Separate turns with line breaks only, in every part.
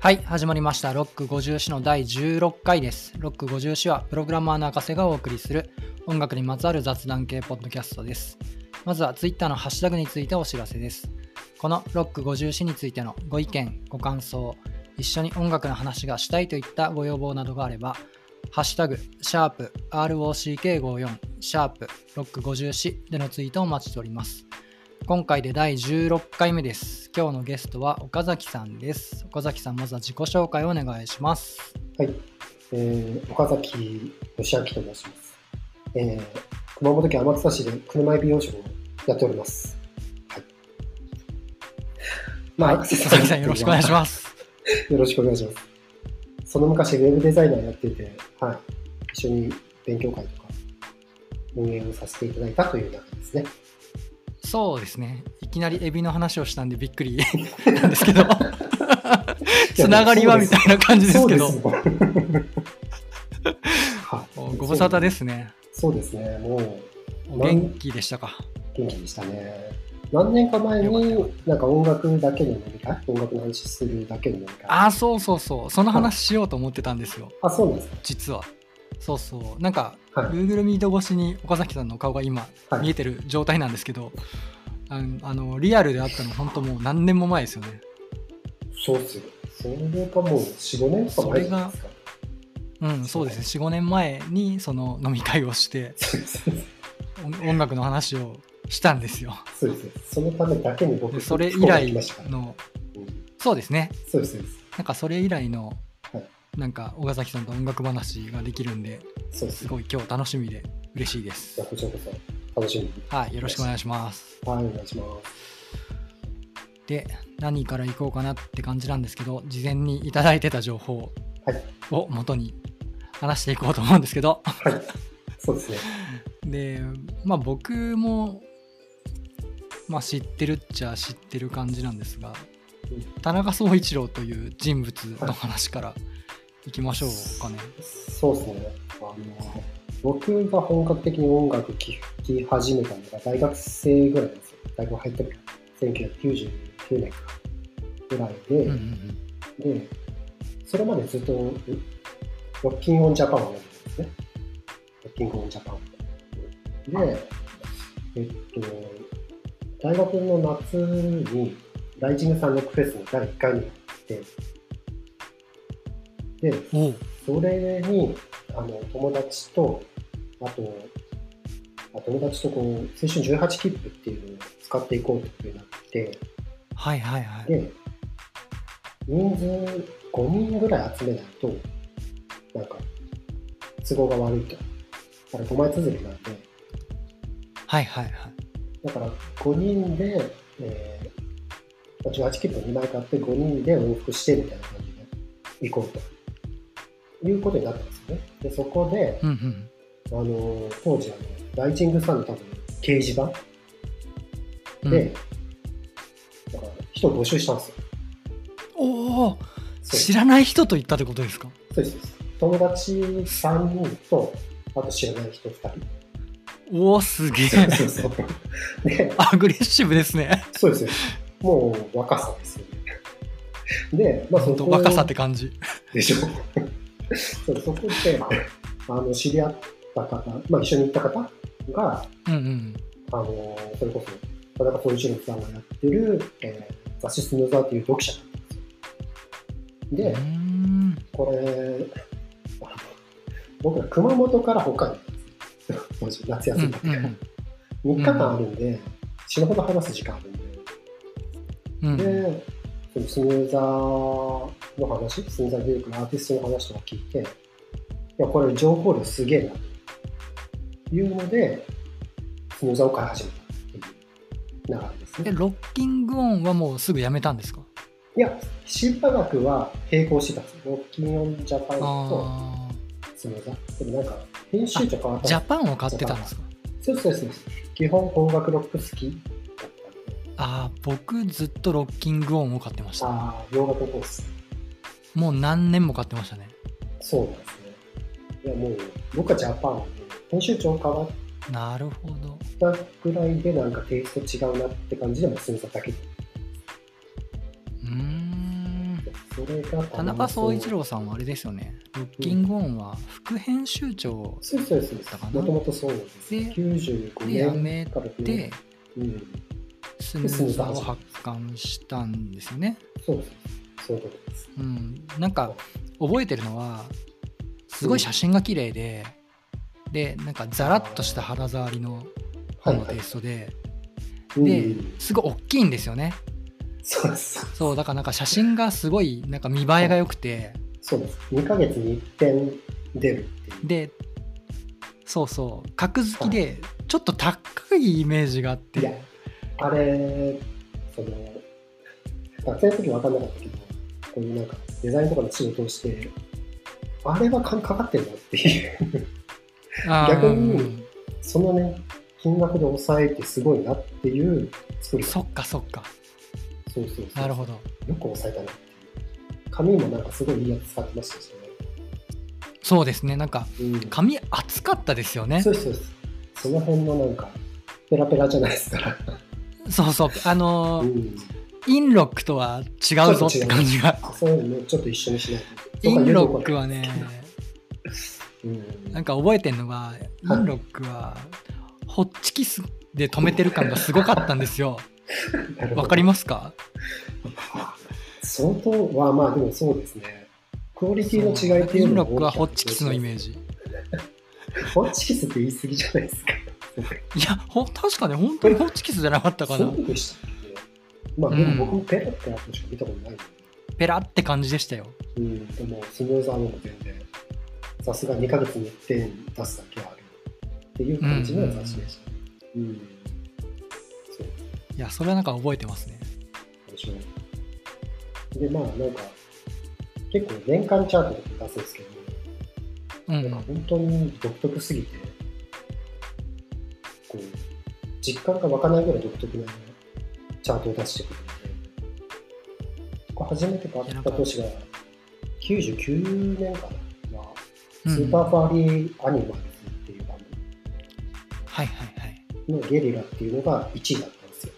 はい始まりました「ロック50四」の第16回です。ロック50四はプログラマーの博士がお送りする音楽にまつわる雑談系ポッドキャストです。まずは Twitter のハッシュタグについてお知らせです。このロック50四についてのご意見、ご感想、一緒に音楽の話がしたいといったご要望などがあれば、ハッシュタグ、シャープ、ROCK54、シャープ、ロック54でのツイートをお待ちしております。今回で第16回目です。今日のゲストは岡崎さんです。岡崎さん、まずは自己紹介をお願いします。
はい、えー岡崎義明と申します。えー熊本県天草市で車エビ養殖をやっております。はい。まあ、
はい、岡崎さん、よろしくお願いし
ま
ます。
す。よろしくお願いします。その昔、ウェブデザイナーやっていて、はい、一緒に勉強会とか運営をさせていただいたという中ですね。
そうですね。いきなりエビの話をしたんでびっ くりなんですけど、つながりはみたいな感じですけど、
そうですもんはい
おご無沙汰ですね。
そうですね、もう。
お元気でしたか。
元気でしたね。何年か前
よかったよかっ
に、なんか音楽だけの飲み会、音楽の話するだけの飲み会。
ああ、そうそうそう。その話しようと思ってたんですよ、
あ、そうなんです
実は。そうそう。なんか、
か。はい。
Google Meet 越しに岡崎さんの顔が今
はい
見えてる状態なんですけど、あのあのリアルであったの本当もう何年も前ですよね。
そうっすよ。それがもう4、5年とか前じゃないですか。
うん、そうですね。4、5年前にその飲み会をして、
そうです。
お音楽の話をしたんですよ。
そうです。そのためだけに僕、
でそれ以
福岡
来
来ましたから。
の、
うん
そうですね。
そうです。そうです
なんかそれ以来の
はい、
なんか岡崎さんと音楽話ができるんで、
そうですす。
ごい今日楽しみで嬉しいで
じ
す
ゃあ、。こちらこそ、楽しみに。
はい、よろしくお願いします。
はい、お願いします。
で何から行こうかなって感じなんですけど事前にいただいてた情報
はい
を元に話していこうと思うんですけど、
そうですね。
でまあ僕も、まあ、知ってるっちゃ知ってる感じなんですが
うん
田中総一郎という人物の話からいきましょうかね。
そうですね。あの僕が本格的に音楽聴き始めたのが大学生ぐらいなんですよ。大学入った時1999年かぐらいで、
うんうんうん
で、それまでずっとんロッキンオンジャパンをやってたんですね。ロッキンオンジャパン。で、えっと、大学の夏にライジングサンロックフェスの第1回に行って、で、
おう
それにあの友達とあとあ友達とこう青春18切符っていうのを使っていこうってことになって
はいはいはい。
で人数5人ぐらい集めないとなんか都合が悪いとだから5枚続きなんで
はいはいはい。
だから5人で、えー18切符2枚買って5人で往復してみたいな感じで行こうということになったんですよねでそこで
うんうん、
あの当時あの、ライジングさんの多分掲示板
うん
で、だから人を募集したんですよ。
おお
そう
知らない人と言ったってことですか
そうですそうです。友達3人と、あと知らない人2
おおすげえ
人。そうそうそう。で、
アグレッシブですね。
そうですよ。もう若さですよね。で、まあ
ほ
そ
んと
こ
若さって感じ。
でしょ。そうそこで、あの知り合った方、まあ一緒に行った方が、
うんうん。
あのーそれこそ田中総一郎さんがやってる、えー雑誌スヌーザーという読者なんですよ。
う
で
ー、ん
これ、あの僕ら熊本から北海道なんですよ当時夏
う
休み
ん
だっ
う
たから、
ん
3日間あるんで、死ぬほど話す時間あるんで、
うんうん
で、そのスヌーザーの話、スヌーザーで出てくるアーティストの話とか聞いて、いや、これ情報量すげえな、というので、スヌーザーを買い始めたっていう流れです
で
ね。
ロッキングオンはもうすぐやめたんですか
いや、新科学は並行してたんですよ。ロッキンオンジャパンと
あ
スヌーザー。でもなんか、編集長変わっ
ー
た
ジャパンを買ってたんですか
そうそうそうそう。基本音楽ロック好きだったんで、
ああ僕ずっとロッキングオンを買ってました
ああ、洋楽コース。
もう何年も買ってましたね
そうなんですね。いや、もう、僕はジャパンで、編集長変わっ
なるほど
ったぐらいでなんかテイスト違うなって感じでもうスヌーザーだけ
うーん
それが
田中総一郎さんはあれですよね。ロッキングオンは副編集長
そうそうそうです。もともとそうなんです。
で
95
で辞め
年からね
で、
うん、
スヌーザーを発刊したんですよね。
そうです。そういうことです。
うん、なんか覚えてるのはすごい写真が綺麗で、でなんかザラッとした肌触りの本のテイストで、
うん
ですごい大きいんですよね。
そうです。
そうだからなんか写真がすごいなんか見栄えが良くて
そうです。2ヶ月に一遍出るっていう。
でそうそう格好きでちょっと高いイメージがあっ
いや
て、
あれ、その、学生の時分かんなかったけど、こういうなんかデザインとかの仕事をして、あれは金かかってるなっていう、
あー
逆に
うん
そのね、金額で抑えてすごいなっていう作り方
そっかそっか
そうそうそう
なるほど
よく抑えたなっていう。紙もなんかすごいいいやつ使ってましたしね。
そうですねなんか
うん、
髪厚かったですよね
そうですそうです。その辺のなんか、ペラペラじゃないですから。
そうそうあの
う
ー
ん
インロックとは違うぞって感じが。
そういうのねちょっと一緒にしないと。
インロックはね、
うん
なんか覚えてんのが、インロックは、ホッチキスで止めてる感がすごかったんですよ。
なるほど
わかりますか
相当はまあでもそうですね。クオリティの違いってい
イ
う
ンロ
の
ックはホッチキスのイメージ。い
ジ。ホッチキスって言い過ぎじゃないですか。
や、ほ確かね、本当にホッチキスじゃなかったかな
そ。うでしたっけまあで
うん
も僕もペラペラとしか見たことないので、
ペラって感じでしたよ。
うん、でもスムーザーのも全然、さすが2ヶ月に1点出すだけはあるっていう感じの雑誌でした。うん、そう
いや、それはなんか覚えてますね。
面白い。で、まあなんか、結構年間チャートとか出すんですけど、
う
なんか
ん。
本当に独特すぎて、こう、実感が湧かないぐらい独特なチャートを出してくるので、これ初めて買った年が、99年かな、は
う
スー
ん、
パ
は
ーファーリーアニマルズっていうバン
いはいはい。
ドのゲリラっていうのが1位だったんですよ。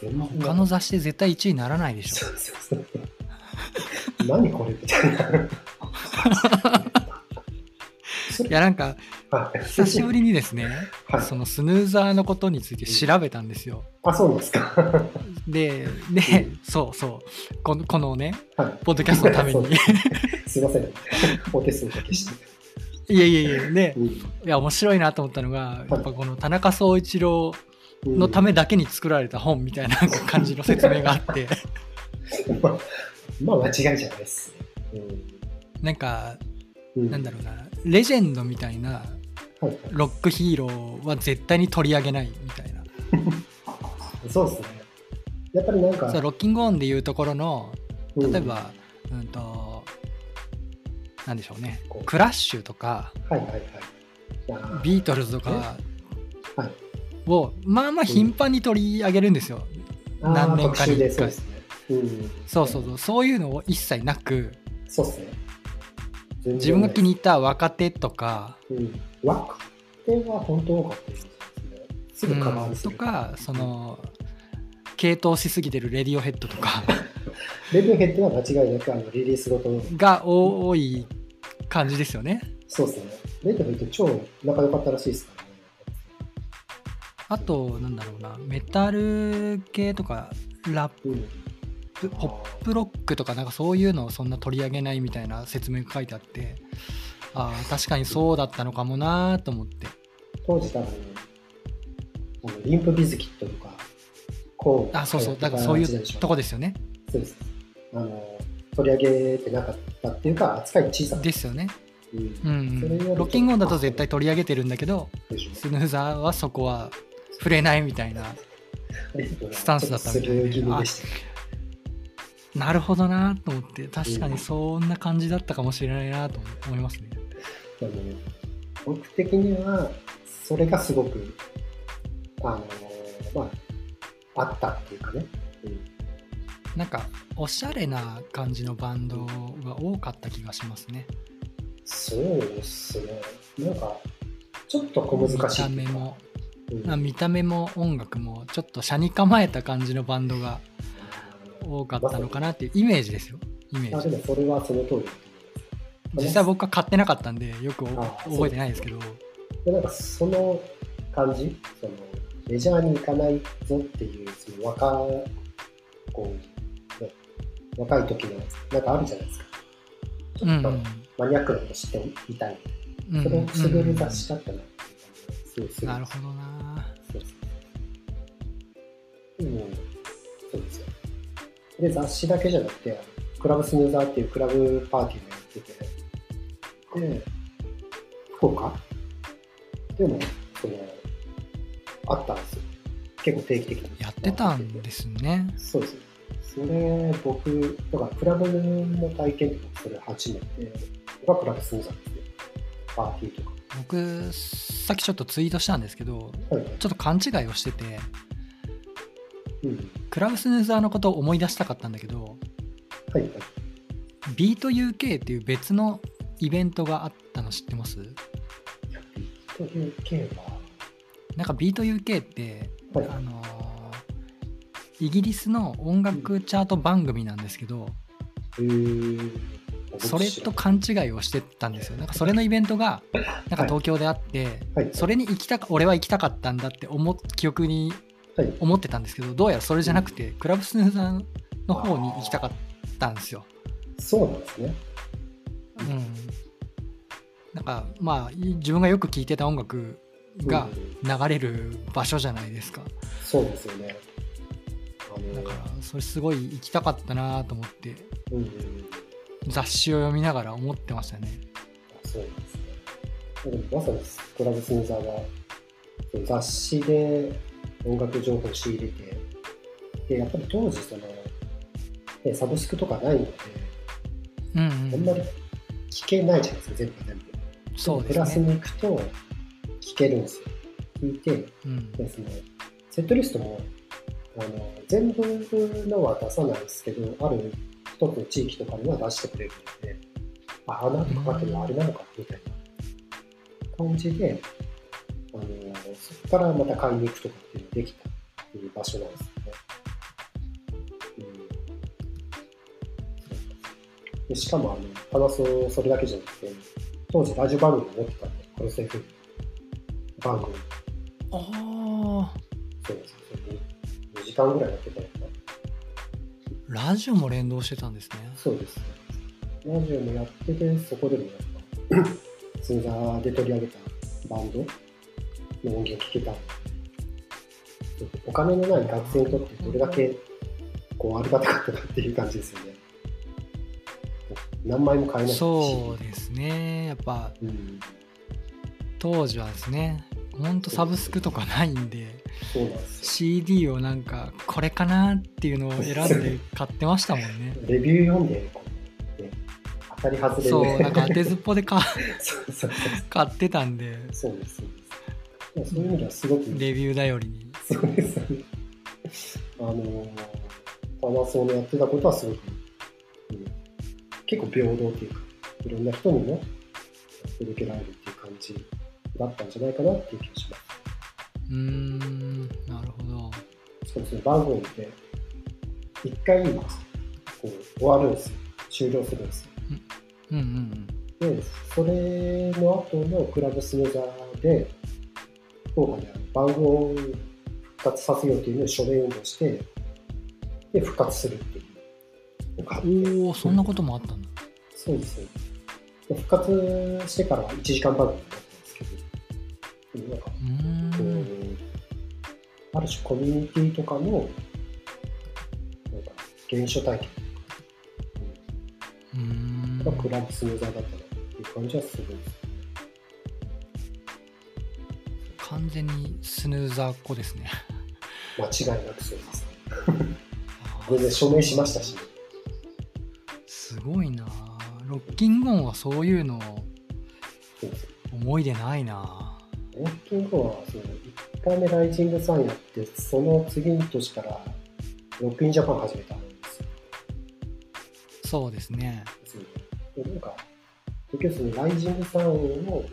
全然
他の雑誌で絶対1位にならないでし
そ
ょ。
うそうそう。何これみたいな。そ
い
れ
や、なんか、
はい
久しぶりにですね、
はい
そのスヌーザーのことについて調べたんですよ。
あ、そうなんですか。は
で、で、そうそう、このこのね、
い。
ポッドキャストのため
そう
に
で。すいません。お手数だけして。
いやいやいや、で
う、ん
いや、面白いなと思ったのが、やっぱこの田中総一郎のた。めだけに作られた本みたいな感じの説明があって、
うんまあまあ、間違いじゃないですね。
なんか、
う
なんだろうな、レジェンドみたいな
う。はい
ロックヒーローは絶対に取り上げないみたいな。
そうですね。やっぱりなんか
そう、ロッキングオンでいうところの、
うん
例え、ば、うんと、なんでしょうね
こう、
クラッシュとか、
はいはいはいいやー。
ビートルズとか
はい
をまあまあ頻繁に取り上げるんですよ。
あー
何年
特
か
集
に
で
一
そう
回
ですね。うん
そうそうそうそういうのを一切なく
そうですね。全然
自分が気に入った若手とか、
うん、若手は本当多かったですね。す
う
ぐ
ん
カバーす
と
る。
かその系統しすぎてるレディオヘッドとか
レビューヘッドは間違いなくあのリリースごとの、
が多い感じですよね。
そうですね。レビューヘッド超仲良かったらしいですからね。
あとなんだろうなメタル系とかラッ
うん、
プポップロックとかなんかそういうのをそんな取り上げないみたいな説明が書いてあってああ確かにそうだったのかもなーと思って。
当時多分、あのリンプビズキットとか、こ
あそうそうだからそういうとこですよね。
そうです。あの取り上げてなかったっていうか、扱い小さかった。
ですよね。
うん
うん
それより
う
も
ん。ロッキングオンだと絶対取り上げてるんだけど、
でしょ
スヌーザーはそこは触れないみたいな。スタンスだったみたいで
ちょっとスルー気味でした
なるほどなと思って、確かにそんな感じだったかもしれないなと思いますね。
あの僕的にはそれがすごくあのまああったっていうかね、
なんかおしゃれな感じのバンドが多かった気がしますね。
そうですねなんかちょっと小難しいって
見た目
いうか
も、
うん
まあ見た目も音楽もちょっと車に構えた感じのバンドが多かったのかなっていうイメージですよ。イメ
あ
ー
で
ジ。
もそれはその通りだと思います。
実際僕は買ってなかったんで、よくお
あ
覚えてないですけど、
でなんかその感じそのメジャーに行かないぞっていうその若こう、ね、若い時のなんかあるじゃないですか
うんうん。
マニアックなこと知っていたい
うんうん
それをくすぐる雑誌
な
だったなっていう感じがすごいする
るほどな。
そうそううんそうですよで雑誌だけじゃなくてクラブスヌーザーっていうクラブパーティーもやっててで福岡でもそのあったんですよ結構定期的に
やってたんですね。
そうですそれ僕だからクラブの体験とかそれ初めて僕はクラブスヌーザーですねパーティーとか
僕、さっきちょっとツイートしたんですけど、
はいはい
ちょっと勘違いをしてて、
うん
クラブスヌーザーのことを思い出したかったんだけど、
はいはい
ビート UK っていう別のイベントがあったの知ってます
という系は
なんかビート UK って、
はい
あのーイギリスの音楽チャート番組なんですけど、
へー
それと勘違いをしてたんですよなんかそれのイベントがなんか東京であって、
はい、
それに行きたか俺は行きたかったんだって思っ記憶に
はい
思ってたんですけどどうやらそれじゃなくて、クラブスヌーザーの方に行きたかったんですよ。
そうなんですね。
うん、なんかまあい自分がよく聴いてた音楽が
うん
流れる場所じゃないですか。
そうですよね。あ
だ
の
からそれすごい行きたかったなと思って
うんうんうん、
雑誌を読みながら思ってましたね
あそうなんですね。でもまさにクラブスヌーザーがその雑誌で音楽情報を仕入れて、でやっぱり当時その、ね、サブスクとかないので、
うん
あ
うん
まり
ん
聞けないじゃないですか、全部全部。
そう
プ
で
ラ
す
ス
ね
に行くと聞けるんですよ。聞いて、
うん
ですね、セットリストもあの全部のは出さないですけど、ある一つの地域とかには出してくれるので、ああ、なんとかかってるのはあれなのかみたいな感じで、あのそこからまた買いに行くとかっていうのができたっていう場所なんですよね。うん、でしかもあの、パナソそれだけじゃなくて、当時ラジオ番組を持ってたんで、クロス F 番組。
あー
そうですね。2時間ぐらいやってたのかな。
ラジオも連動してたんですね
そうです。ラジオもやってて、そこでもやっぱ、スーザーで取り上げたバンドの音源聞けたんでお金のない学生にとってどれだけこうありがたかったかっていう感じですよね。何枚も買えないし。
そうですねやっぱ
うん。
当時はですねほんとサブスクとかないんで
そうなんですよ。
CD をなんかこれかなっていうのを選んで買ってましたもんね
レビュー読んで、こう、ね、当たり外れで。
そうなんか当てずっぽで買
そうそうそう
買ってたんで
そうです。そうですそういう意味ではすごく
レビュー頼りに
そうですね。あのー、パワソーのやってたことはすごく、うん、結構平等っていうか、いろんな人にね、届けられるっていう感じだったんじゃないかなっていう気がしま
うーんなるほど
す。しかもその番号って、一回今、こう、終わるんですよ。終了するんですよ。
うんうん
で、それの後のクラブスヌーザーで、福岡であの番号を復活させようというのを署名運動して、で、復活するっていうのがあって
うんおおそんなこともあったんだ
そうですね。で復活してからは1時間番組だったんですけど、でもなんか、
うー
こうんある種コミュニティとかの、なんか、現象体験
うーん
がクラブスヌーザーだったなっていう感じはするんですよ。
完全にスヌーザーっ子ですね。
間違いなくそうです。全然署名しましたし。
すごいなあ。ロッキングオンはそういうの
そうです
思い出ないなあ。
ウォーキングはその1回目ライジングサンやってその次の年からロックインジャパン始めたんですよ
そうですね。
別にでなんか結局そのライジングサンをこ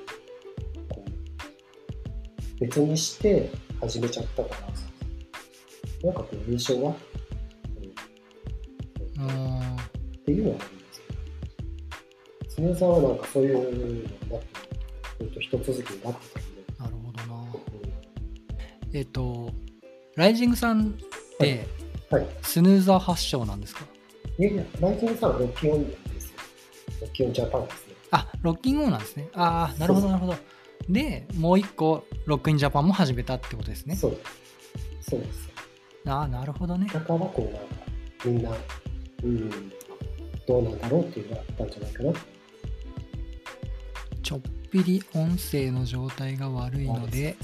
う別にして始めちゃったからなんかこう印象がうん
うん
っていうのはありますけど、常さんはなんかそういうのになって、えっと、一続きになってたんで、
なるほどな。
うん
えっ、と、ライジングさんって
はい、
スヌーザー発祥なんですか、
いやいや、ライジングさんはロッキンオンですよ。ロッキンオンジャパンですね。
あ、ロッキンオンなんですね。ああ、なるほど、なるほど。で、もう一個、ロックインジャパンも始めたってことですね。
そうです。そうです。
ああ、なるほどね。
だからこうなんか、みんな、うん、どうなんだろうっていうのがあったんじゃないかな。
ちょっぴり音声の状態が悪いので、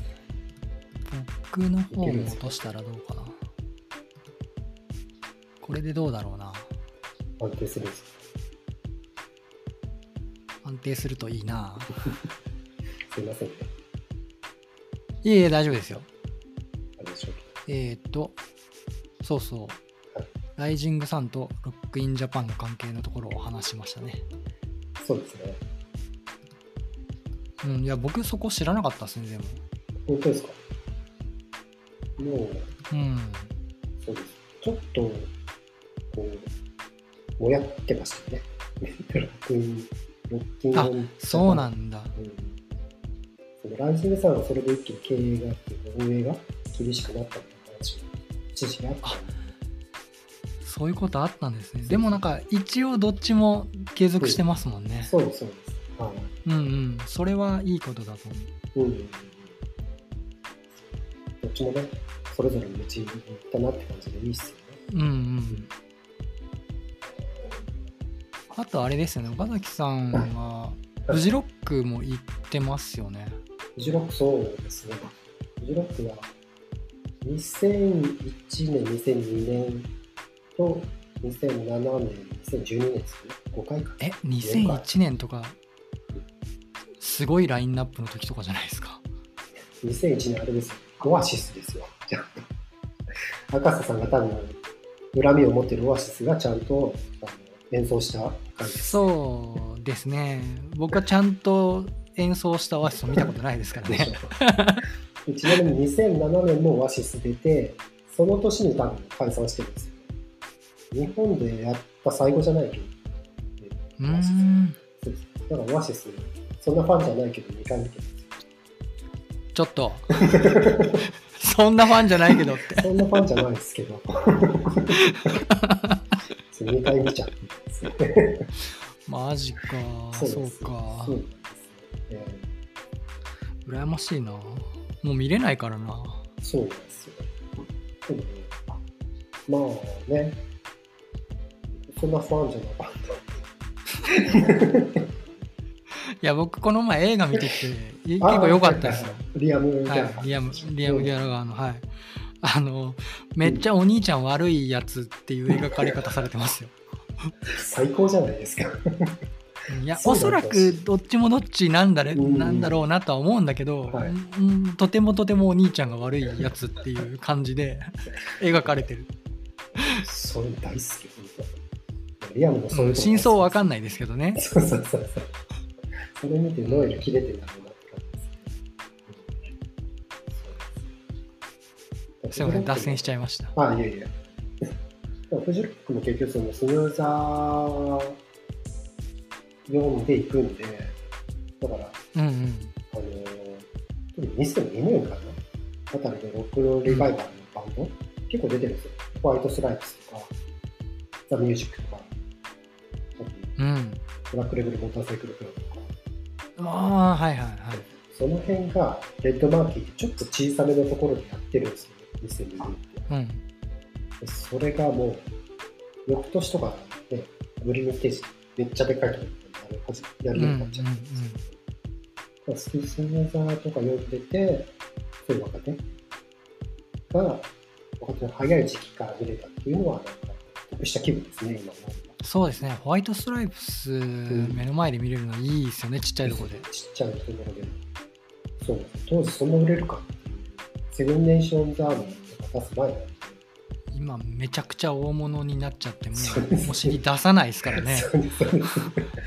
僕の方も落としたらどうかな。これでどうだろうな。
安定するんです。
安定するといいな。
すいませんね。
いえいえ、大丈夫ですよ。
あれでしょう
えーっと、そうそう
はい。
ライジングさんとロックインジャパンの関係のところを話しましたね。
けどそうですね。
うん、いや、僕そこ知らなかったですね、でも。
本当ですかもう、
うん。
そうです。ちょっと、こう、もやってましたよね。 ロックイン、ロッキン
あ
オン
そうなんだ。
うんそのランシングさんはそれで一気に経営がっていうか運営が厳しくなったっていう話を知識があったんで
そういうことあったんですね。でもなんか、一応どっちも継続してますもんね。
そうですそうですは
うんうん。それはいいことだと思う。
い、うんうんうんうん、どっちもねそれぞれの道に行ったなって感じでいいっすよね
うんうん。あとあれですよね、岡崎さんは、
い
フジロックも行ってますよね。
フジロックそうですねフジロックは2001年2002年と2007年2012年ですね5回か
え、2001年とか、すごいラインナップの時とかじゃないですか。
2001年あれですよ。オアシスですよ。じゃあ赤瀬さんが多分、恨みを持ってるオアシスがちゃんとあの演奏した感じです。
そうですね。僕はちゃんと演奏したオアシスを見たことないですからね。
で ちなみに2007年もオアシス出て、その年に多分解散してるんですよ。日本でやった最後じゃないけど、
うーん。
そうですだからオアシス、そんなファンじゃないけど2回見てるんですよ。
ちょっと。 そんなファンじゃないけどって。
そんなファンじゃないです けど。2回見ちゃってるんですよね。
マジか。
で
そう
す
か
そう。なんですねえ
羨ましいな。もう見れないからな。
ーそうなんですよ。でもね、まあね、そんなファンじゃなかった。
いや、僕この前映画見 てきて、い結構良かったですよ。
リアム・
はい、リアム・リアムギャラガーの、はい。あの、めっちゃお兄ちゃん悪いやつっていう描かれ方されてます よ。
最高じゃないですか。
いや、
そ
お
う
そ
なん
ら
です
くどっちもどっちなんだ,、ね、
うん
なんだろうなとは思うんだけど、
はい
うんとてもとてもお兄ちゃんが悪いやつっていう感じ で描かれてる。
そういうの大好き、本当リアムのそう
う
いうんとこ
真相わかん
ない。
ないですけどね。
そうそうそうそう。それ見てノエル切れてんだろうなって感じです
すいません、脱線しちゃいました。
あ、いやいや。でもフジロックも結局そのスヌーザー読んでいくんで、だから、
うんうん。
あのー、特に2002年かなあたりでロックのリバイバルのバンド、結構出てるんですよ。ホワイトスライプスとか、ザ・ミュージックとか、あ
う
と
ん。
ブラックレベル・モーターサイクル・クラブとか、
ああ、はいはいはい。
その辺が、レッドマーキーってちょっと小さめのところでやってるんですよね、2002年って。
うん。
それがもう、翌年とかね、グリーンステージ、めっちゃでっかいところにやるようになっちゃったんですけど、スキスネザーとか呼んでて、そういう若手が、本当に早い時期から見れたっていうのは、なんか、得した気分ですね、今思えば
そうですね、ホワイトストライプス、目の前で見れるのいいですよね、ちっちゃいところで。
ちっちゃいところで。そうなんですよ当時そんな売れるかっていう。セブンネーションズアーミーとか出す前なんで、
今、めちゃくちゃ大物になっちゃって、も
そうです
う
ね
お尻出さないですからね。
そうですそうです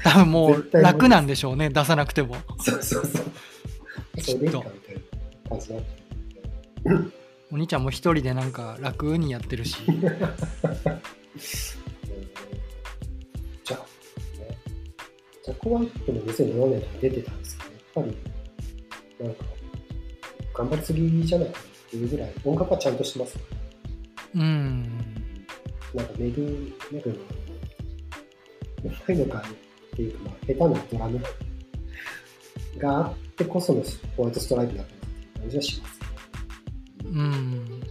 多分もう
絶対無理です
楽なんでしょうね、出さなくても。
そうそうそう。
きっと
それいいかみたいな感じになって
お兄ちゃんも一人でなんか楽にやってるし。
るんで、ジャック・ホワイトも2004年に出てたんですけど、やっぱり、なんか、頑張りすぎじゃないかなっていうぐらい、音楽はちゃんとしてます。
うん。
なんかメグ、メグの、うまいのかっていうか、まあ、下手なドラムがあってこそのホワイトストライクだったなっていう感じはします。
うん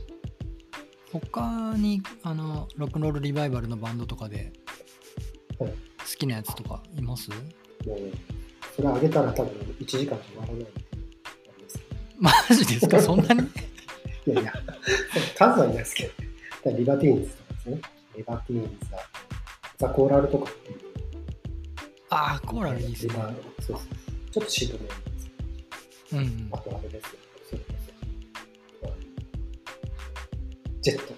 他にあのロックンロールリバイバルのバンドとかで
は
好
い
きなやつとかいます
もう、それ上げたら多分1時間じゃ終わらないんであれですけ
マジですかそんなに
ど。いやいや、数はいないですけど、だからリバティーンズとかですね。リバティーンズだ、ザ・コーラルとかっていう。
ああコーラルいいですね
リバそうそうちょっとシートめなんですけ
うん
ど、あとあれですけど、そうそうそうジェット。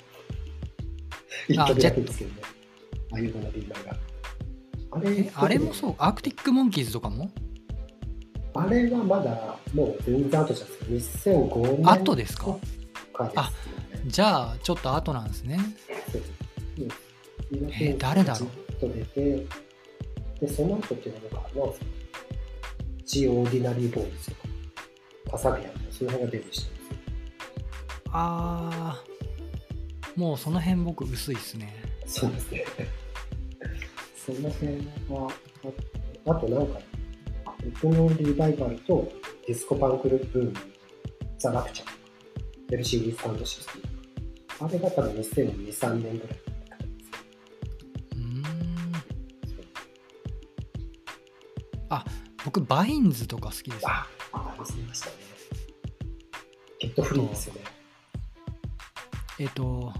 一曲だけですけどね。ああいうののリーダーが。あれ
えあれもそうアークティックモンキーズとかも
あれはまだもう全然後じゃないですか。2005年
後ですか
とかですよね
じゃあちょっと後なんですね
そううん
えー誰だろう
ずっと出て、で、その後っていうのが、なんですか、ジ・オーディナリー・ボーイズとか、パサビアンとか、その辺がデビューしてるんですよ。
ああもうその辺僕薄いっすね
そうですね。その辺はああとなんか、僕のリバイバルとディスコパンクルブーム、ザ・ラプチャーとか、LCD スタンドシステムとか、あれが多分2002、3年ぐらいだったと思うんです
うーん
よそう
僕バインズとか好きです
あ、ありましたね。ゲットフリーですよね。
えっ、と、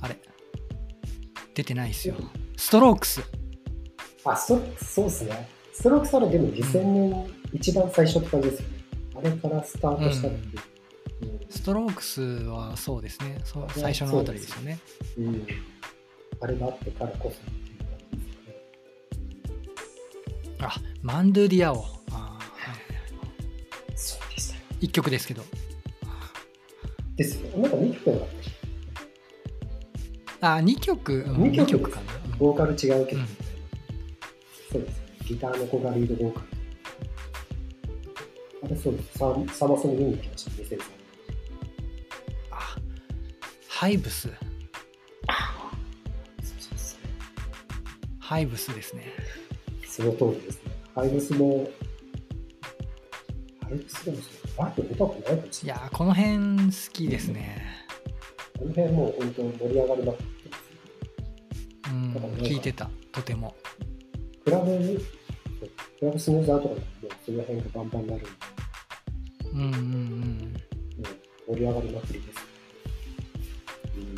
あれ、出てないっすよ。ストロークス。
あ、ストロークス、そうですね。ストロークスはでも2000年一番最初って感じですよね。あれからスタートしたっていう。
ストロークスはそうですね。そう
あれ
最初のあたりですよね。
うんうんあれがあってからこそっていう感じですよね。
あ、マンドゥ・ディアオ。あーはい
そうでしたよ。
一曲ですけど。
ですよね。なんか2曲だったっけ
あ、二曲。うん
二曲
二曲かな。
ボーカル違うけど、
うん
そうですね。ギターの子がリードボーカル。あれそうです。ササマソン見に行きました、2003年。
あ、ハイブス。
そうそうそう。
ハイブスですね。
その通りですね。ハイブスも、ハイブスでもそうバック出たことないかもし
い
れない。
やー、この辺好きですね。
この辺もう本当盛り上がりまくってます
うん
だから、ね
聞いてた、とても。
クラブに、クラブスヌーザーとかでもその辺がバンバンになるんで、
うんうんうん。
うん、盛り上がりまくりです。うん。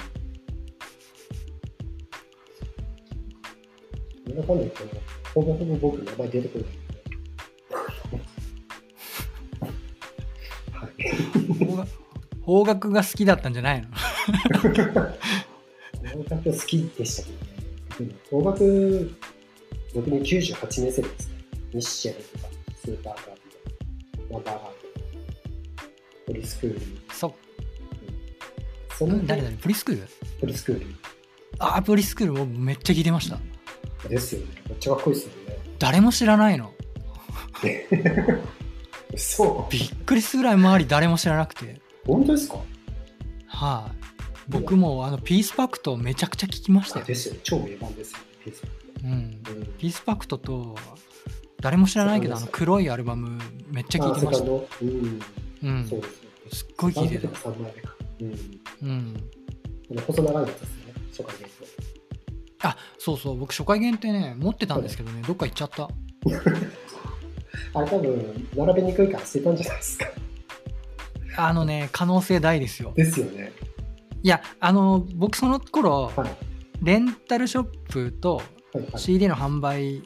なんだかんだ言っても、ほぼほぼ僕名前出てこないんで。はい。
邦楽邦楽が好きだったんじゃないの
音楽好きでしたけどね。音楽、僕に98年世代ですね。ミッシェルとか、スーパーカーとか、ナンバーガーとか、プリスクール、
そ
その
うん誰々プリスクール
プリスクー
あープリスクールもめっちゃ聞いてました
ルですよね。めっちゃかっこいいですよね。
誰も知らないの
嘘
びっくりするぐらい周り誰も知らなくてはい、
本当ですか
僕もあのピースパクトめちゃくちゃ聞きました
あ
よ、
ですよね。超名盤ですよね。ピース
うん、
うん
ピースパクトと誰も知らないけどあ
そう
の
です
黒いアルバムめっちゃ聞い
あ
て
セ
ま
カ
し
ン
た
ドうん。
うん
そうですね。
すっごい聞いてた
3枚目か。うん。
うん
この細長いやつですね。初回ですね。
あそうそう僕初回限定ね持ってたんですけどねどっか行っちゃった
あれ多分、並べにくいから捨てたんじゃないですか。
あのね可能性大ですよ
ですよね。
いやあの僕その頃
はい。
レンタルショップと
はいはい。
CD の販売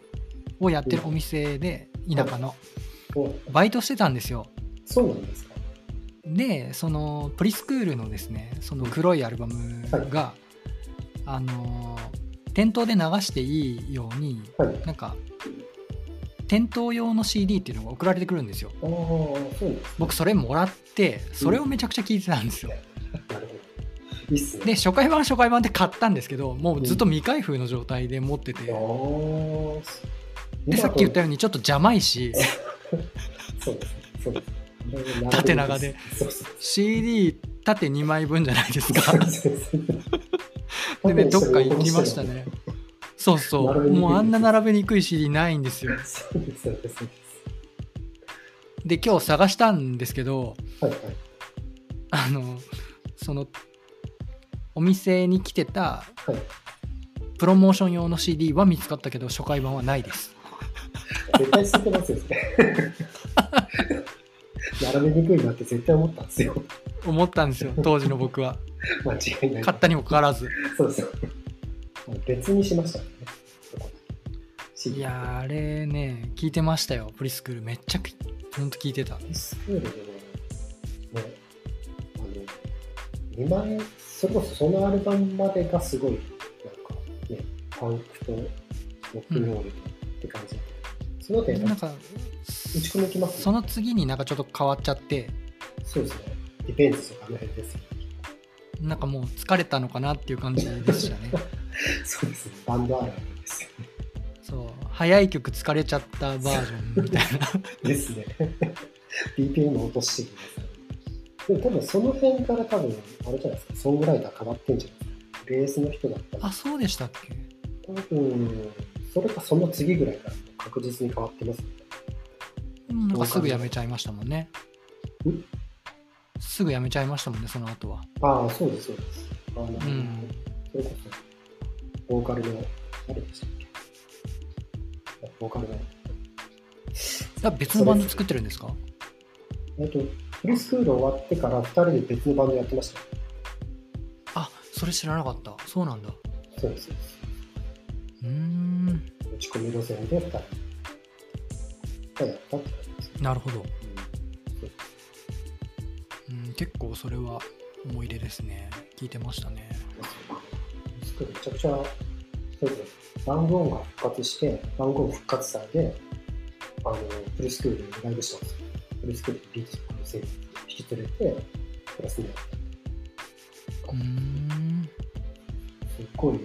をやってるお店で田舎の
お
バイトしてたんですよ
そうなんですか。
でそのプリスクールのですねその黒いアルバムが、あの店頭で流していいように
はい。
なんか店頭用の CD っていうのが送られてくるんですよ
ああ、そうなんです
僕それもらってそれをめちゃくちゃ聞いてたんですよ、
なるほど。いいっすね。
で初回版は初回版で買ったんですけどもうずっと未開封の状態で持ってて、
ああ、そ
で、さっき言ったようにちょっと邪魔いし、
そうですね。そうですね。
縦長で。
そうそう
CD 縦2枚分じゃないですか
そ。うそう。
でね、どっか行きましたね。そうそ
並
う。
べにくい
もうあんな並べにくい CD ないんですよ。
そうです。そうです。そうです
で、今日探したんですけど、
はいはい。
あの、その、お店に来てた
はい。
プロモーション用の CD は見つかったけど、初回版はないです。
絶対捨ててますよ、それ 並べにくいなって絶対思ったんですよ。
思ったんですよ、当時の僕は。
間違いない。
買ったにもかかわらず。
そうそう。別にしましたね。そこ
いやー、あれね、聞いてましたよ、プリスクール。めっちゃく、ほんと聞いてた。
スクールでね、ねあの、2万円、それこそそのアルバムまでがすごい、なんかね、パンクとロックンロールって感じで、その後やっぱ
なんか、
打ち込みきますね
その次になんかちょっと変わっちゃって、
そうですね、ディペンズとかあの辺ですよね。
なんかもう疲れたのかなっていう感じでしたね。
そうですね、バンドあるあるですよね。
そう、早い曲疲れちゃったバージョンみたい な。
ですね。BPM 落としてください。でも多分その辺から多分、あれじゃないですか、ソングライター変わってんじゃないですか。ベースの人だったり
あ、そうでしたっけ
多分それかその次ぐらいから確実に変わってますね
うんなんかすぐやめちゃいましたもんね
ん。
すぐやめちゃいましたもんね、その後は。
ああそうですそうですあの、
ん
それこそボーカルの誰でしたっけボーカルの
だから別のバンド作ってるんですか
えっとフリースクール終わってから2人で別のバンドやってました
あ、それ知らなかった。そうなんだ。う
そうですそうで
ーん、
す打ち込み路線で2人がやったって感じですね、
なるほど。
うん
うん、結構それは思い出ですね。聞いてましたね。
作るめちゃくちゃそうですね番号が復活して番号復活祭であのプリスクールにライブしたんですよプリスクールリーチの生引き連れてプラスになった
うーん、
すっごい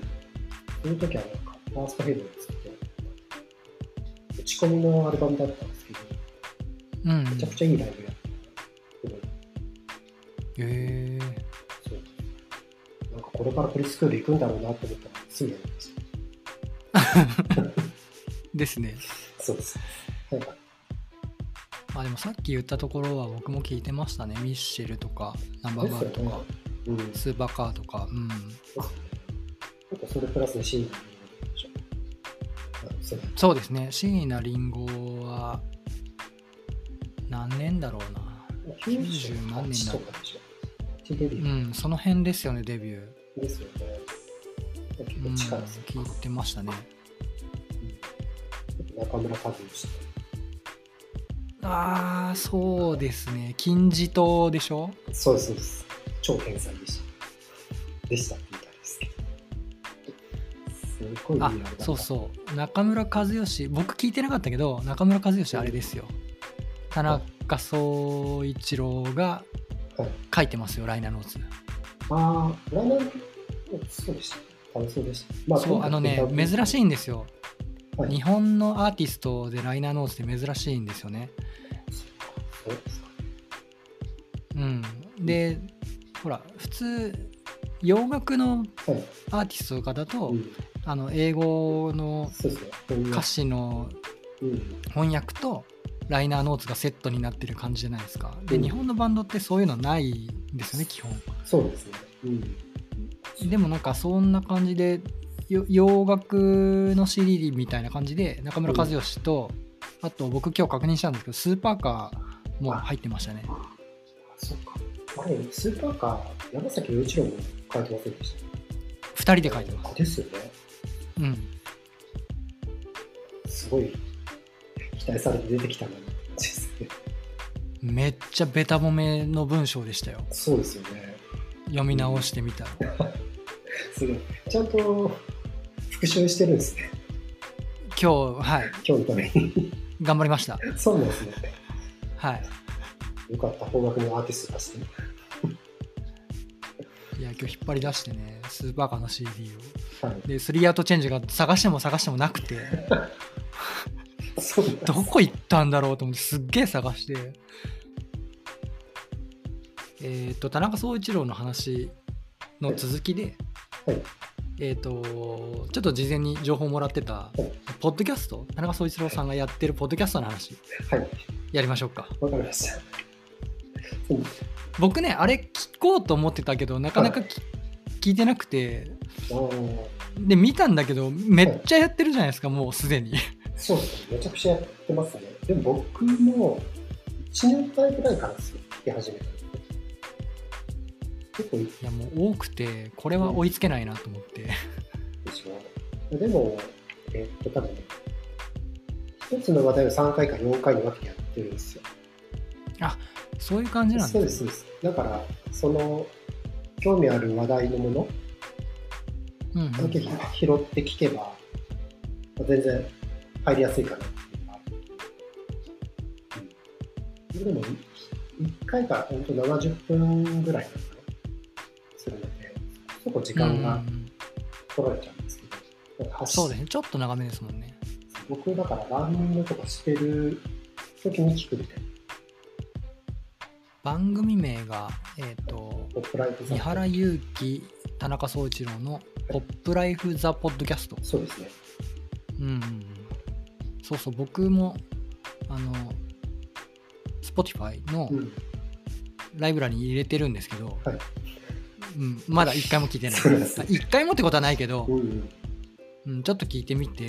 そういう時はなんかファーストヘッドを作って打ち込みのアルバムだったんですけど
うん、
めちゃくちゃいいライブやってる
へえ
そうなんかこれからプリスクール行くんだろうなって思ったらすぐやりました
ですね。
そうですなんか
あ、でもさっき言ったところは僕も聞いてましたね。ミッシェルとか、ナンバーガールとか、
うん
スーパーカーとか。うん。
なんかそれプラスでシーンになるでしょ。あの世代
そうですね。椎名林檎は何年だろうな。90何年だ
とかでしょ。ティデビ
う
ュ
ん、その辺ですよね、デビュー。
ーですよね。結
うん、
構近いですよ。
聞いてましたね。
中村和義と
ああ、そうですね。金字塔でしょ
か。そうです、そうです。超天才でした。でした、みたいですけど。すごいいい
あ
アルバム
そうそう中村和義僕聞いてなかったけど中村和義あれですよ田中総一郎が
はい。
書いてますよライナーノーツ
ああ、ライナーそうでした。楽しそうでした。ま
そうあのね珍し
い。
いんですよ
はい
日本のアーティストでライナーノーツって珍しいんですよね
そうですか。
うんでほら普通洋楽の
はい。
アーティストとかだと
うん
あの英語の
そうですね。こういう
歌詞の
うん
翻訳とライナーノーツがセットになってる感じじゃないですかで
うん
日本のバンドってそういうのないんですよね基本
そうですね。うん。
でもなんかそんな感じでよ洋楽の CD みたいな感じで中村和義と、あと僕今日確認したんですけどスーパーカーも入ってましたね
そっか。あれ、スーパーカー、山崎陽一郎も書いてませんでした。
2人で書いてます、
ですよね。
うん、
すごい、期待されて出てきたんだなって感じですね。
めっちゃベタ褒めの文章でしたよ
そうですよね。
読み直してみたら
すごい。ちゃんと復習してるんですね。
今日はい
今日のために。
頑張りました
そうなんですね。
はい
よかった、邦楽のアーティストだし、ね。
いや今日引っ張り出してねスーパーカーの CD を
はい。
でスリーアウトチェンジが探しても探してもなくて
そうなんです
どこ行ったんだろうと思ってすっげえ探してえっ、と田中総一郎の話の続きで、
はい
えっ、とちょっと事前に情報もらってた
い
ポッドキャスト田中総一郎さんがやってるポッドキャストの話
はい、
やりましょうか
わかりました。
僕ねあれ聞こうと思ってたけどなかなかき、聞いてなくて
あー
で見たんだけどめっちゃやってるじゃないですかもうすでに
そうですね、めちゃくちゃやってますね。でも僕も1年前ぐらいからですよ、聞き始めたの。結構いい
いやもう多くてこれは追いつけないなと思って
でしょ。でも、えっと、多分ね、一つの話題を3回か4回に分けてやってるんですよ。
そういう感じなん
そう
で
ですす、そうです。だから、その、興味ある話題のもの
うんうん
だけ拾って聞けば、まあ全然入りやすいかなっていうのがある。うん、でも、1回から本当70分ぐらいなのかなするので、結構時間
う
が
ん
取られちゃうんですけど、なんか走
そうですね、ちょっと長めですもんね。
僕だからランニングとかしてる時に聞くみたいな。
番組名が、えっ、と、
ポップライフザ
三原祐希、田中総一郎のポップライフ・ザ・ポッドキャスト。
そうですね。
うんうんうん。そうそう、僕も、あの、Spotify の
うん。
ライブラリに入れてるんですけど、
はい
うん、まだ一回も聞いてない。
そうですね
一回もってことはないけ
う
ど、
んうん。
うん、ちょっと聞いてみて、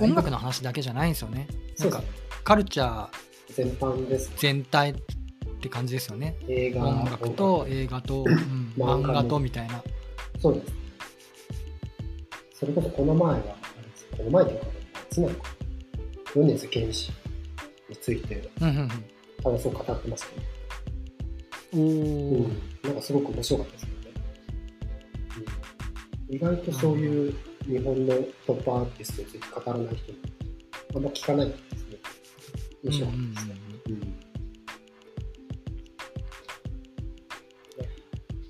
音楽の話だけじゃないんですよね。
そう
な
です
ん
ね
か。カルチャー
全般です。
全体って感じですよね。
映画
音楽と映画と、うん
漫
漫
画も
画とみたいな。
そうです。それこそこの前は、あれですこの前というか、夏なのかな、米津玄師について
うんうん
話を語ってますね。
うん、おお、
なんかすごく面白かったですよね。うん、意外とそういう日本のトップアーティストについて語らない人もあんま聞かないんですね。面白かったですね。うん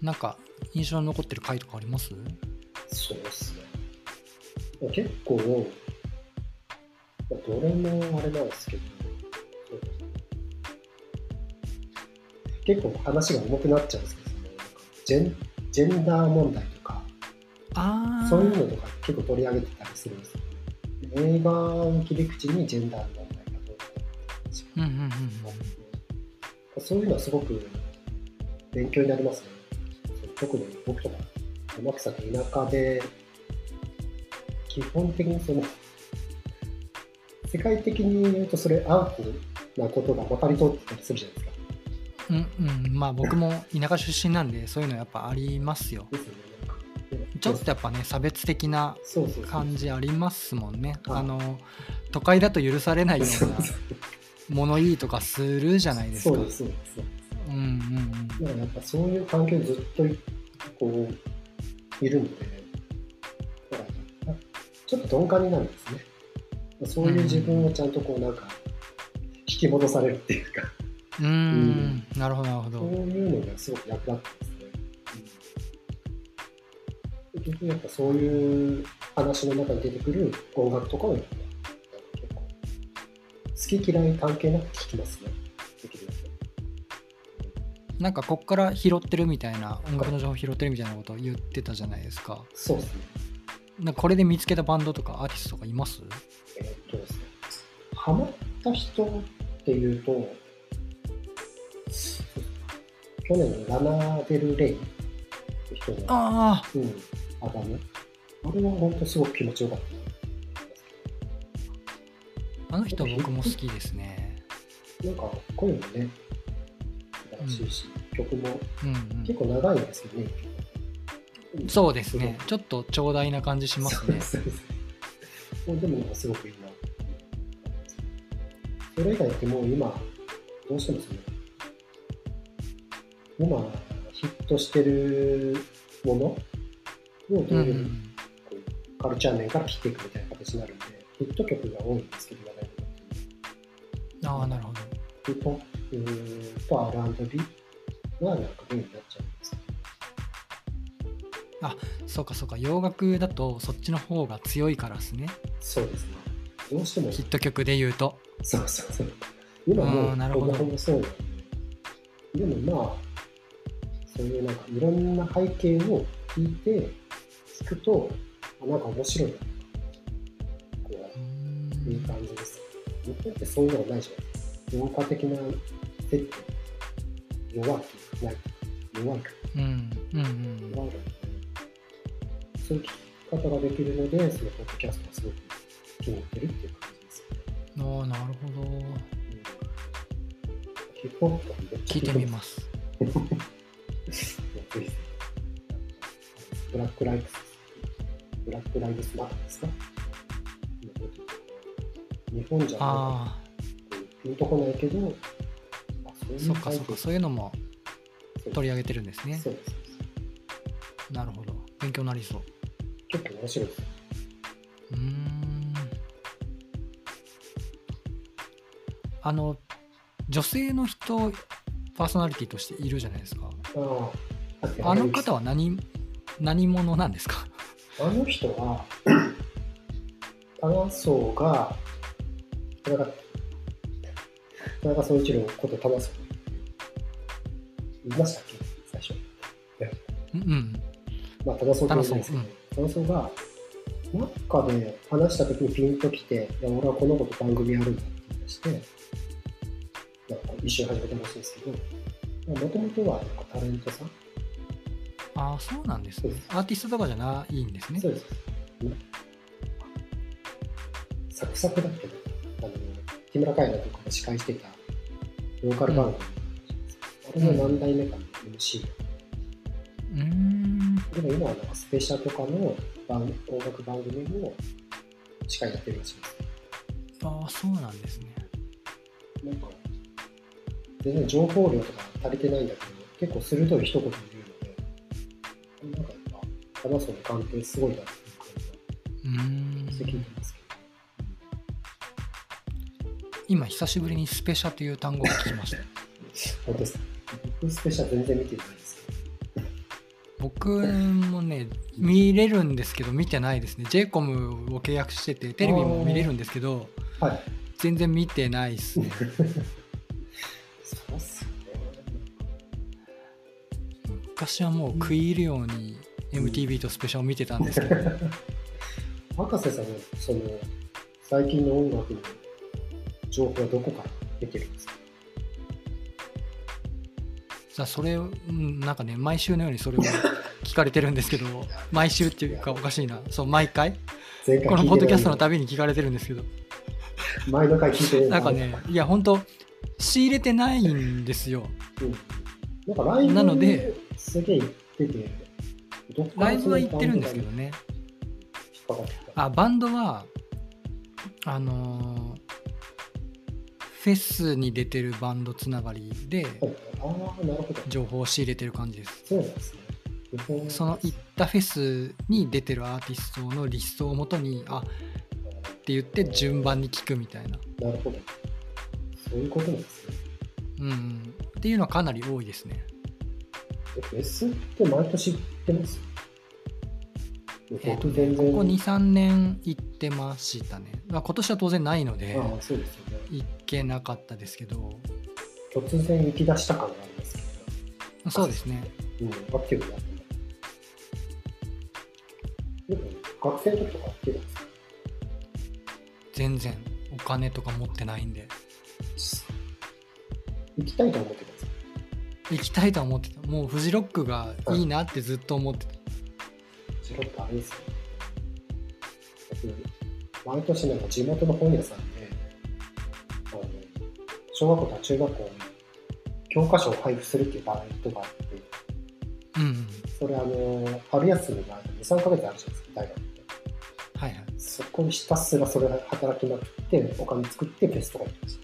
なんか印象に残ってる回とかあります
そうですね。結構、まあどれもあれなんですけど、そうですね結構話が重くなっちゃうんですけど、そのなんかジェンジェンダー問題とか、
ああ、
そういうのとか結構取り上げてたりするんですよ。映画の切り口にジェンダーの問題がどうか
うんうんうんうん。
そういうのはすごく勉強になりますね。特に僕とか、天草って田舎で、基本的にその、世界的に言うとそれアウトなことが分かり通ってたりするじゃないですか。
うんうん、まあ僕も田舎出身なんでそういうのやっぱありますよ。
ですよね。なんかね
ちょっとやっぱね差別的な
そうそうそう
感じありますもんね。
はい
あの都会だと許されないよ
そうう
な
そう
物言いとかするじゃないです
そ
か。
うです、そうです。
うんうんうん。
だからやっぱそういう環境にずっといこういるので、だからちょっと鈍感になるんですね。そういう自分をちゃんとこうなんか引き戻されるっていうか、
うーん、なるほどなるほ
そう
ど。
いうのがすごく役立ってですね。結局やっぱそういう話の中に出てくる音楽とかをやっぱ結構好き嫌い関係なく聞きますね。できるだけ
なんかこっから拾ってるみたいな音楽の情報拾ってるみたいなことを言ってたじゃないですか。
そうですね。
なんかこれで見つけたバンドとかアーティストとかいます
えーっとですね、ハマった人っていうと、去年のラナデル・レイって人の、
ああ
うん、アルバム。あれは本当すごく気持ちよかったなと思
あの人
います
僕も好きですね。
けど。なんか声もね、素晴らしいし、曲も
うん
結構長いんですよね。
うん、そうですね。ちょっと長大な感じしますね。
そうですそうですでもなんかすごくいいなっていう感じですそれ以外ってもう今どうしてもその今ヒットしてるものを
う
ど
ん
う
う
いうふうに
ん、
こうカルチャー面から切っていくみたいな形になるんでヒット曲が多いんですけど話題になってる
ああなるほど。
ヒップホップと R&B がなんかメインになっちゃうんですけど
そうかそうか洋楽だとそっちの方が強いからですね。
そうですねどうしても
ヒット曲で言うと。
そうそうそう。今
あ
も
ー
う、
なるほど
ほぼそうなんだでもまあ、そういうなんかいろんな背景を聞いて、聞くと、あなんか面白いな。こ
う
う、いい
ん
感じです。日本ってそういうのがないじゃないですか。文化的なセット。弱いってない。弱いか
うんうんうん
弱いかそういう聞き方ができるので、そのポッドキャストがすごく気に入ってるっていう感じです。
おーなるほど
ヒップホップなんで
聞いてみます
ぜひブラックライブス、ブラックライブスマターですか日本じゃな
あ
いピンとこないけど、あそうい
あそ
う
っかそっかそういうのも
そう
取り上げてるんですね
そうです。
なるほど勉強になりそう
ちょっと面白いです。
うーんあの女性の人パーソナリティとしているじゃないですか
ああ
あの方は何何者なんですか
あの人は、 パナソーが、田中、田中総一郎ことパナソー。いましたっけ最初。
うんうん
まあ、多田荘教授ですけど、多田荘が、なんかで話した時にピンときて、いや、俺はこの子と番組やるんだって言い出して、なんか一緒に始めたらしいんですけど、もともとはなんかタレントさん、
ああそうなんですね
そうで
アーティストとかじゃないんですね
そうです。ねサクサクだっけど、あの、木村カエラとかが司会してたローカル番組、
うん
あれの何代目かの MC
うーん
でも今はなんかスペシャルとかの番音楽番組も司会やってるらしいです。
ああそうなんですね
なんか、全然情報量とか足りてないんだけど、結構鋭い一言で言うので、なんかやっぱ、話すの関係すごいなっていう感
うーん
じがして聞いてますけ
今久しぶりにスペシャという単語を聞きました
ど、本当ですか僕スペシャル全然見てないですけど、
僕もね見れるんですけど見てないですね j イコムを契約しててテレビも見れるんですけど
はい。
全然見てないっすね
そうっすね。
昔はもう食い入るように MTV とスペシャを見てたんですけど
博士さんは、その、最近の音楽の情報はどこから出てるんですか
さあそれうんなんかね毎週のようにそれを 聞かれてるんですけど毎週っていうかおかしいなそう毎回
前回
この
聞い
ポッ
て
ドキャ
な
ス
い
トの
の
たびに聞かれてるんですけど
前の回聞いてる
なんかね、いや、本当仕入れてないんですよ。
なんかライブ
なので、
すげえ行ってて、どっから
ライブは行ってるんですけどね。
そのバンドが引っかかってた。
あ、バンドは、あのーフェスに出てるバンドつながりで、
ああ、なるほど。
情報を仕入れてる感じです。
そうなんですね。日本
その行ったフェスに出てるアーティストのリストをもとに、あって言って順番に聞くみたいな。
なるほど。そういうことなんですね。
うん、うん。っていうのはかなり多いですね。
えフェスって毎年行ってます
えっと
僕全然。
ここ2、3年行ってましたね。まあ、今年は当然ないので。
ああ、そうですよね。
行けなかったですけど
突然行き出した感がありますけ
そうですね
ど、うん、アクティブになってます。でも学生の時とかアクティブなんですか
全然お金とか持ってないんで
行きたいと思ってます。
行きたいとは思ってたもうフジロックがいいなってずっと思ってた
ジロップあれですよね。僕毎年なんか地元の本屋さんで、あの小学校とか中学校に教科書を配布するっていうバイトがあって、
うんうん
それあの、春休みが2、3ヶ月あるじゃないですか、大学って。
はいはい
そこにひたすらそれを働きまくって、お金作ってベストが行きまし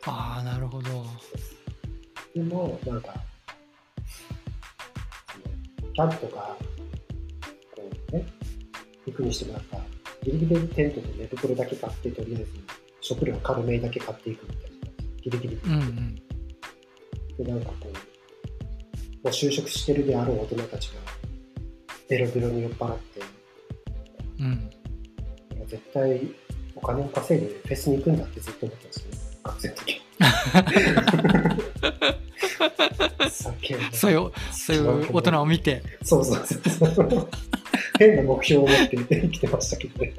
た。
ああなるほど
でも、なんか、そのキャンプとか、こうね、行くにしてもなんか、ギリギリテントと寝袋だけ買って、とりあえず食料軽めだけ買っていくみたいな、ギリギリ
うんうん
で、なんかこう、もう就職してるであろう大人たちが、ベロベロに酔っ払って、
うん
絶対お金を稼いでフェスに行くんだってずっと思ってましたね、学生の時。酒を
そういう、そういう大人を見て、
そうそうそうそう。変な目標を持って生きてましたけどね。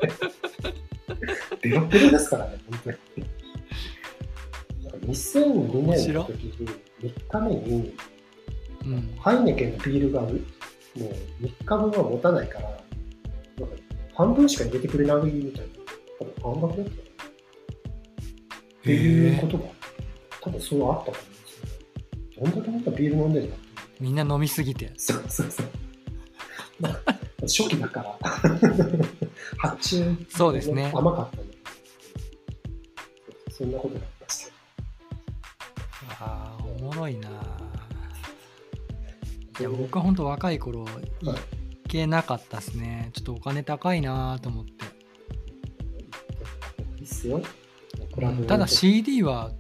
ベロベロですからね、本当に。2002年の時に、3日目に、
うん、
ハイネケンのビールがもう3日分は持たないから、なんか半分しか入れてくれないみたいな。多分半額だったよねっていうことが、多分そうあったと思うんですよ。どんだけなんかビール飲んでるの
みんな飲みすぎて、
そうそうそう。まあ、初期だから、 発注、
そうですね
甘かったね。そんなことがありました。
ああ、おもろいな。いや、僕は本当若い頃、行けなかったですね。ちょっとお金高いなと思って。
いいっすよ。クラブ
ただ CD は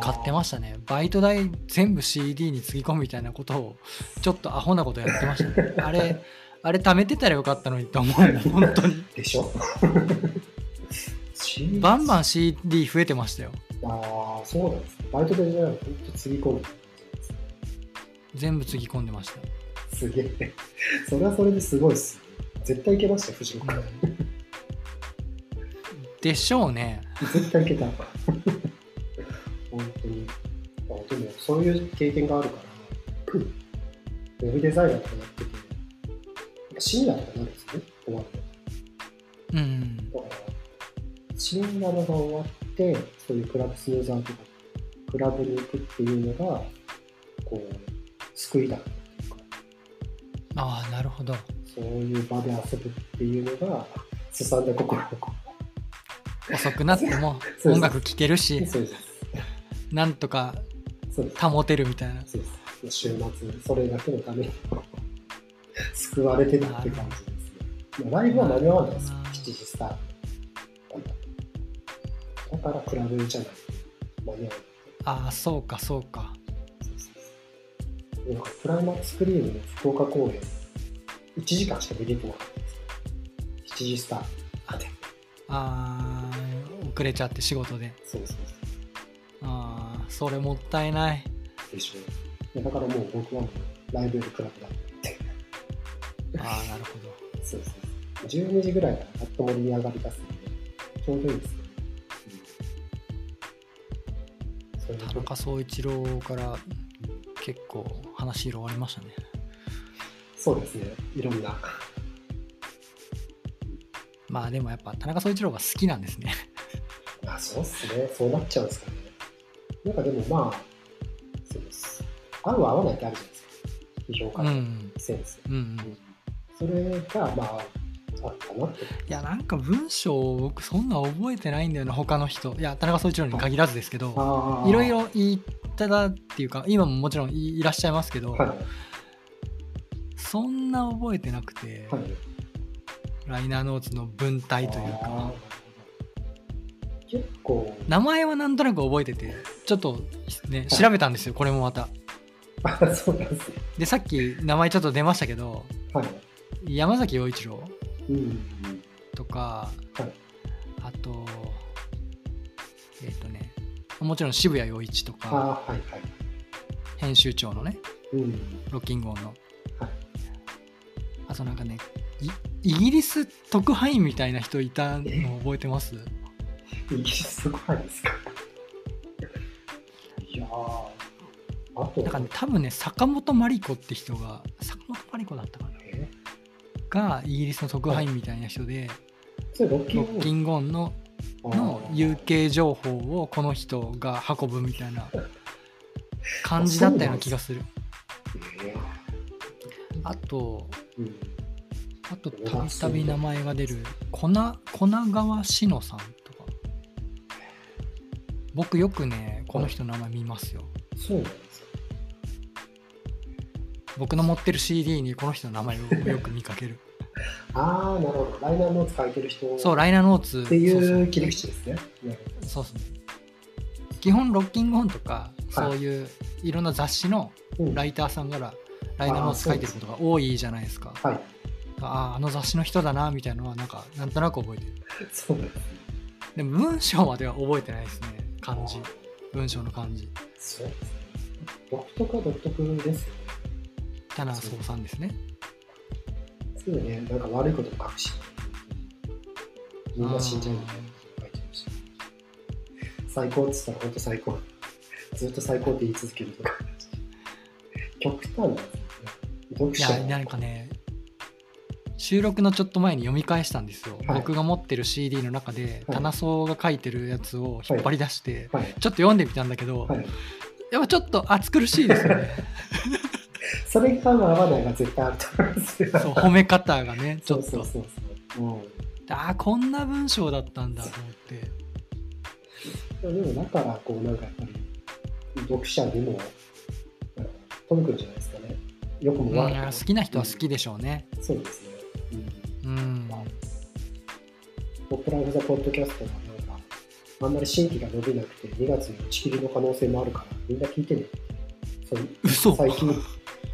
買って
ま
ましたね。バイト代全部 CD につぎ込むみたいなことを、ちょっとアホなことやってま したね。あれ、あれ貯めてたらよかったのにと思うもん本当に。
す。でしょ
バン
ン。
バン CD 増えてましたよ。
ああ、そうなんですね。バイトでじゃないの、ほんとつぎ込む。
全部つぎ込んでました。
すげえ。それはそれですごいっすよ。絶対いけましたよ、藤岡。
でしょうね。
絶対いけた。本当に。まあでも、そういう経験があるから、ウェブデザイナーとかやってて、やっぱシニアとかになるんですよね、終わって。
うん。
だから、シニアのが終わって、そういうクラブスヌーザーとか、クラブに行くっていうのが、こう、救いだっていうか、
ああ、なるほど。
そういう場で遊ぶっていうのが、すさんだ心をこう。
遅くなっても
そう
音楽聴けるし、
そうです。
なんとか
そうです。
保てるみたいな。
そうです。週末、それだけのために 救われてたって感じですね。まあ、ライブは間に合わないですよ。
あー
7時スタート。だからクラブじゃない。間に合わない。
ああ、そうか、そうか。
そうそうそうなんかプライマックスクリームの福岡公演、1時間しか見れてなかったんですよ。7時スタート。あ、で
ああ、遅れちゃって仕事で。
そうそうそう。
ああ、それもったいない。
でしょう。だからもう僕はもうライブよりクラブだって。
ああ、なるほど。
そうそうそう。12時ぐらいからやっと盛り上がり出すんで、ちょうどいいですね。うん、そういう
田
こと
中総一郎から結構話広がりましたね。
そうですね。いろんな。
まあでもやっぱ田中総一郎が好きなんですね。
あ、そうっすね。そうなっちゃうんですかね。なんかでもまあ、そうです。合う合わないってあるじゃないですか。批評
う
家
ん。う
の
ん
センス。
うん。
それがまあ、あったなって。
いやなんか文章を僕そんな覚えてないんだよな他の人いや田中総一郎に限らずですけど
あ
いろい。ろ言っただっていうか今ももちろんいいらっしゃいますけど、
はい。
そんな覚えてなくて、
はい。
ライナーノーツの文体という
あーなる
か
ほど結構、
名前はなんとなく覚えててちょっとね調べたんですよこれもまた
あ、そうなんですね。
でさっき名前ちょっと出ましたけど
はい。
山崎陽一郎
うん、
とか、
はい
あとえっ、とねもちろん渋谷陽一と
あ
か
あーはいはい。
編集長のね
うん、
ロッキングオンの、
はい
あとなんかねいイギリス特派員みたいな人いたの覚えてます
イギリスすごいで すか。いやー、あと、
だから、ね、多分ね坂本真理子って人が坂本真理子だったかな
え
がイギリスの特派員みたいな人で、
それロッキ
ロ
ンオ
ッキングオンの
ン
の UK 情報をこの人が運ぶみたいな感じだったような気がする
え
あと
ーうん
あとたびたび名前が出る粉粉川志乃さんとか僕よくねこの人の名前見ますよ
そうなんですか。
僕の持ってる CD にこの人の名前をよく見かける
ああ、なるほど。ライナーノーツ書いてる人
そうライナーノーツ
ってい
そうそう
う切り口ですね。なる
そうそう基本ロッキングオンとか
はい
そういういろんな雑誌の
ほどうん
ライターさんからライナーノーツ書いてることが多いじゃないですか
はい。
あああの雑誌の人だなみたいなのはなんかなんとなく覚えてる
そうなんですね。
でも文章までは覚えてないですね漢字文章の漢字
そうですね。独特は独特ですよね。
田中総さんですね
すぐね、なんか悪いことも書くし、みんな死んじゃうみたいなこと書いてました。最高っつったら本当最高。ずっと最高って言い続けるとか。極端なんですよね。読
い
者
や
も
なんかね収録のちょっと前に読み返したんですよ、
はい
僕が持ってる CD の中で、
はい
田中総が書いてるやつを引っ張り出して、
はい。
ちょっと読んでみたんだけど、
はい。
やっぱちょっと暑苦しいですよね
それが合う合わないが絶対あると思いますよ。
そう褒め方がねちょっと
そうそうそうそう。うん
ああこんな文章だったんだと思って
でもだからこうなんかやっぱり読者にもなんか届くんじゃないですかね。よくも
うん
悪くも
好きな人は好きでしょうね
そうですね。うん。
うん
まあポップライフ・ザ・ポッドキャストはなんかあんまり新規が伸びなくて2月に打ち切りの可能性もあるからみんな聞いてね。そう
嘘
最近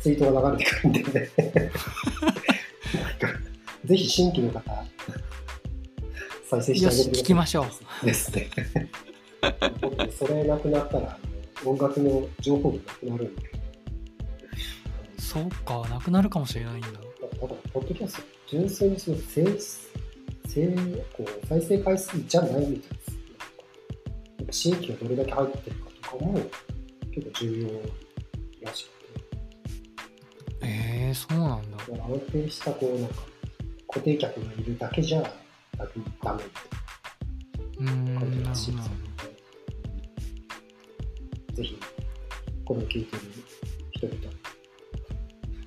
ツイートが流れてくるんで ね。なんかぜひ新規の方再生して
よ
あげ
して
ください。
聞きましょう
ですね。 僕それなくなったらあの音楽の情報もなくなるんで、
そうかなくなるかもしれないんだ
だからポッドキャスト純粋にそのせいせいこう再生回数じゃないみたいです。やっぱ新規がどれだけ入ってるかとかも結構重要らしくて、
えー、そうなんだ
だから安定したこうなんか固定客がいるだけじゃダメダメって
うーんな
感じ
る
ら
ほ
しい
ど
ですよね。ぜひ、これを聞いてる人々、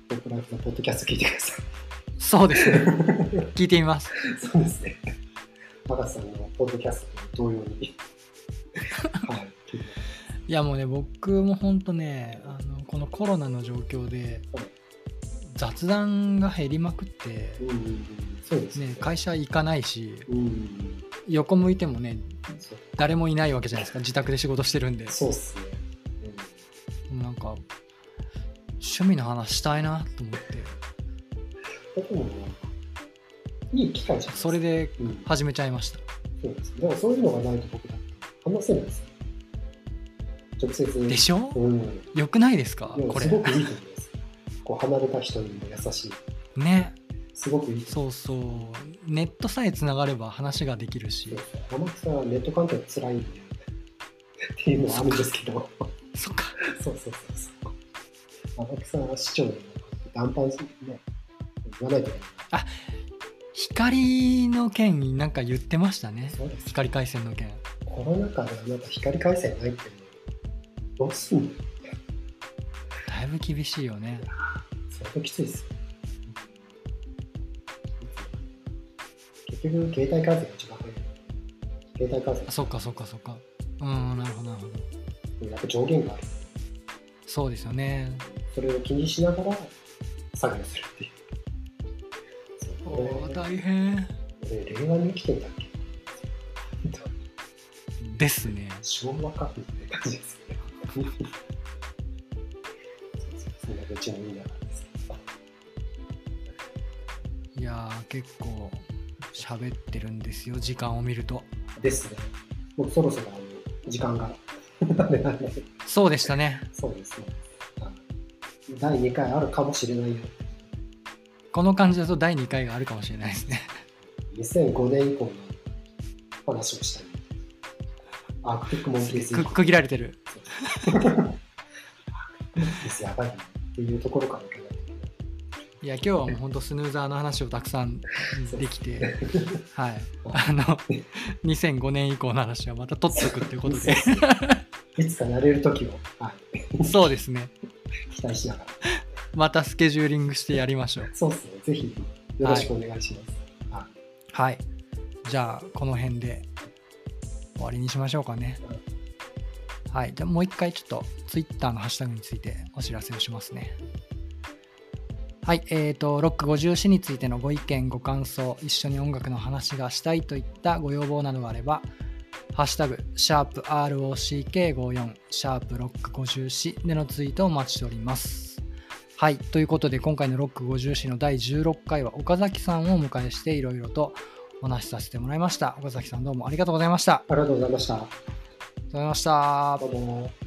僕らのポッドキャスト聞いてください。
そうです ね聞いてみます
そうですね。マガさんのポッドキャストと同様に。はい、聞いて
いやもうね僕もほんとねあのこのコロナの状況で
はい
雑談が減りまくって、
うんうんうん、そうです
ね、会社行かないし
うんうん
横向いてもね
うん、そう
誰もいないわけじゃないですか自宅で仕事してるんで
そうっすね。うん
なんか趣味の話したいなと思って
だけどね、いい機会じゃないですか。
それで
うん、
始めちゃいました
そうです。だからそういうのがないと僕だって話せないですよ。直接。
でしょ
うん
良くないですか
いや
こ
すご
れ
くいいと思います。こう離れた人にも優しい。
ね
すごくいいと
そうそうネットさえつながれば話ができるし
思います。天草さんはネット環境つらいんで。っていうのはあるんですけど。
そっか
そうそうそうそう。天草さんは市長に談判するね。言わないといけな
光の件なんか言ってましたね
い。そうです。
光回線の件
コロナ禍であなた光回線ないっていうのどうすんの
だいぶ厳しいよね
相当きついですよ。結局、携帯回線が一番早い。携帯回線
あそっかそっかそっかうんなるほどなるほど
やっぱ上限がある。
そうですよね
それを気にしながら作業するっていう。そう
おー
俺
大変
俺令和に生きてんだっけ本当
ですね
昭和かみたいな感じですね。そうそうそんなどっちもいいななんですけど。
いやー結構喋ってるんですよ時間を見ると
ですね。もうそろそろあの時間が。なんでなんで
そうでしたね
そうですね。あ第2回あるかもしれないよ。
この感じだと第2回があるかもしれないですね
2005年以降の話をしたい。アークティックモンキーズ以
く
降
区切られてる
ですやばいなっていうところからいかないといけない
いや今日はもうほんとスヌーザーの話をたくさんでき てはいあの2005年以降の話はまた取っておくっていうことで
いつか慣れる時を、はい、
そうですね
期待しながら。
またスケジューリングしてやりましょう
そうですね。ぜひよろしくお願いします。
はいじゃあこの辺で終わりにしましょうかねはいじゃあもう一回ちょっと Twitter のハッシュタグについてお知らせをしますねはいえー、とロック54についてのご意見ご感想一緒に音楽の話がしたいといったご要望などがあれば「ハッシュタグシャープ #ROCK54」「シャープロック54」でのツイートをお待ちしておりますはいということで今回の「ロック54」の第16回は岡崎さんをお迎えしていろいろとお話しさせてもらいました。岡崎さんどうもありがとうございました。あり
ありがとうございました。
がとうございました
ど。うも。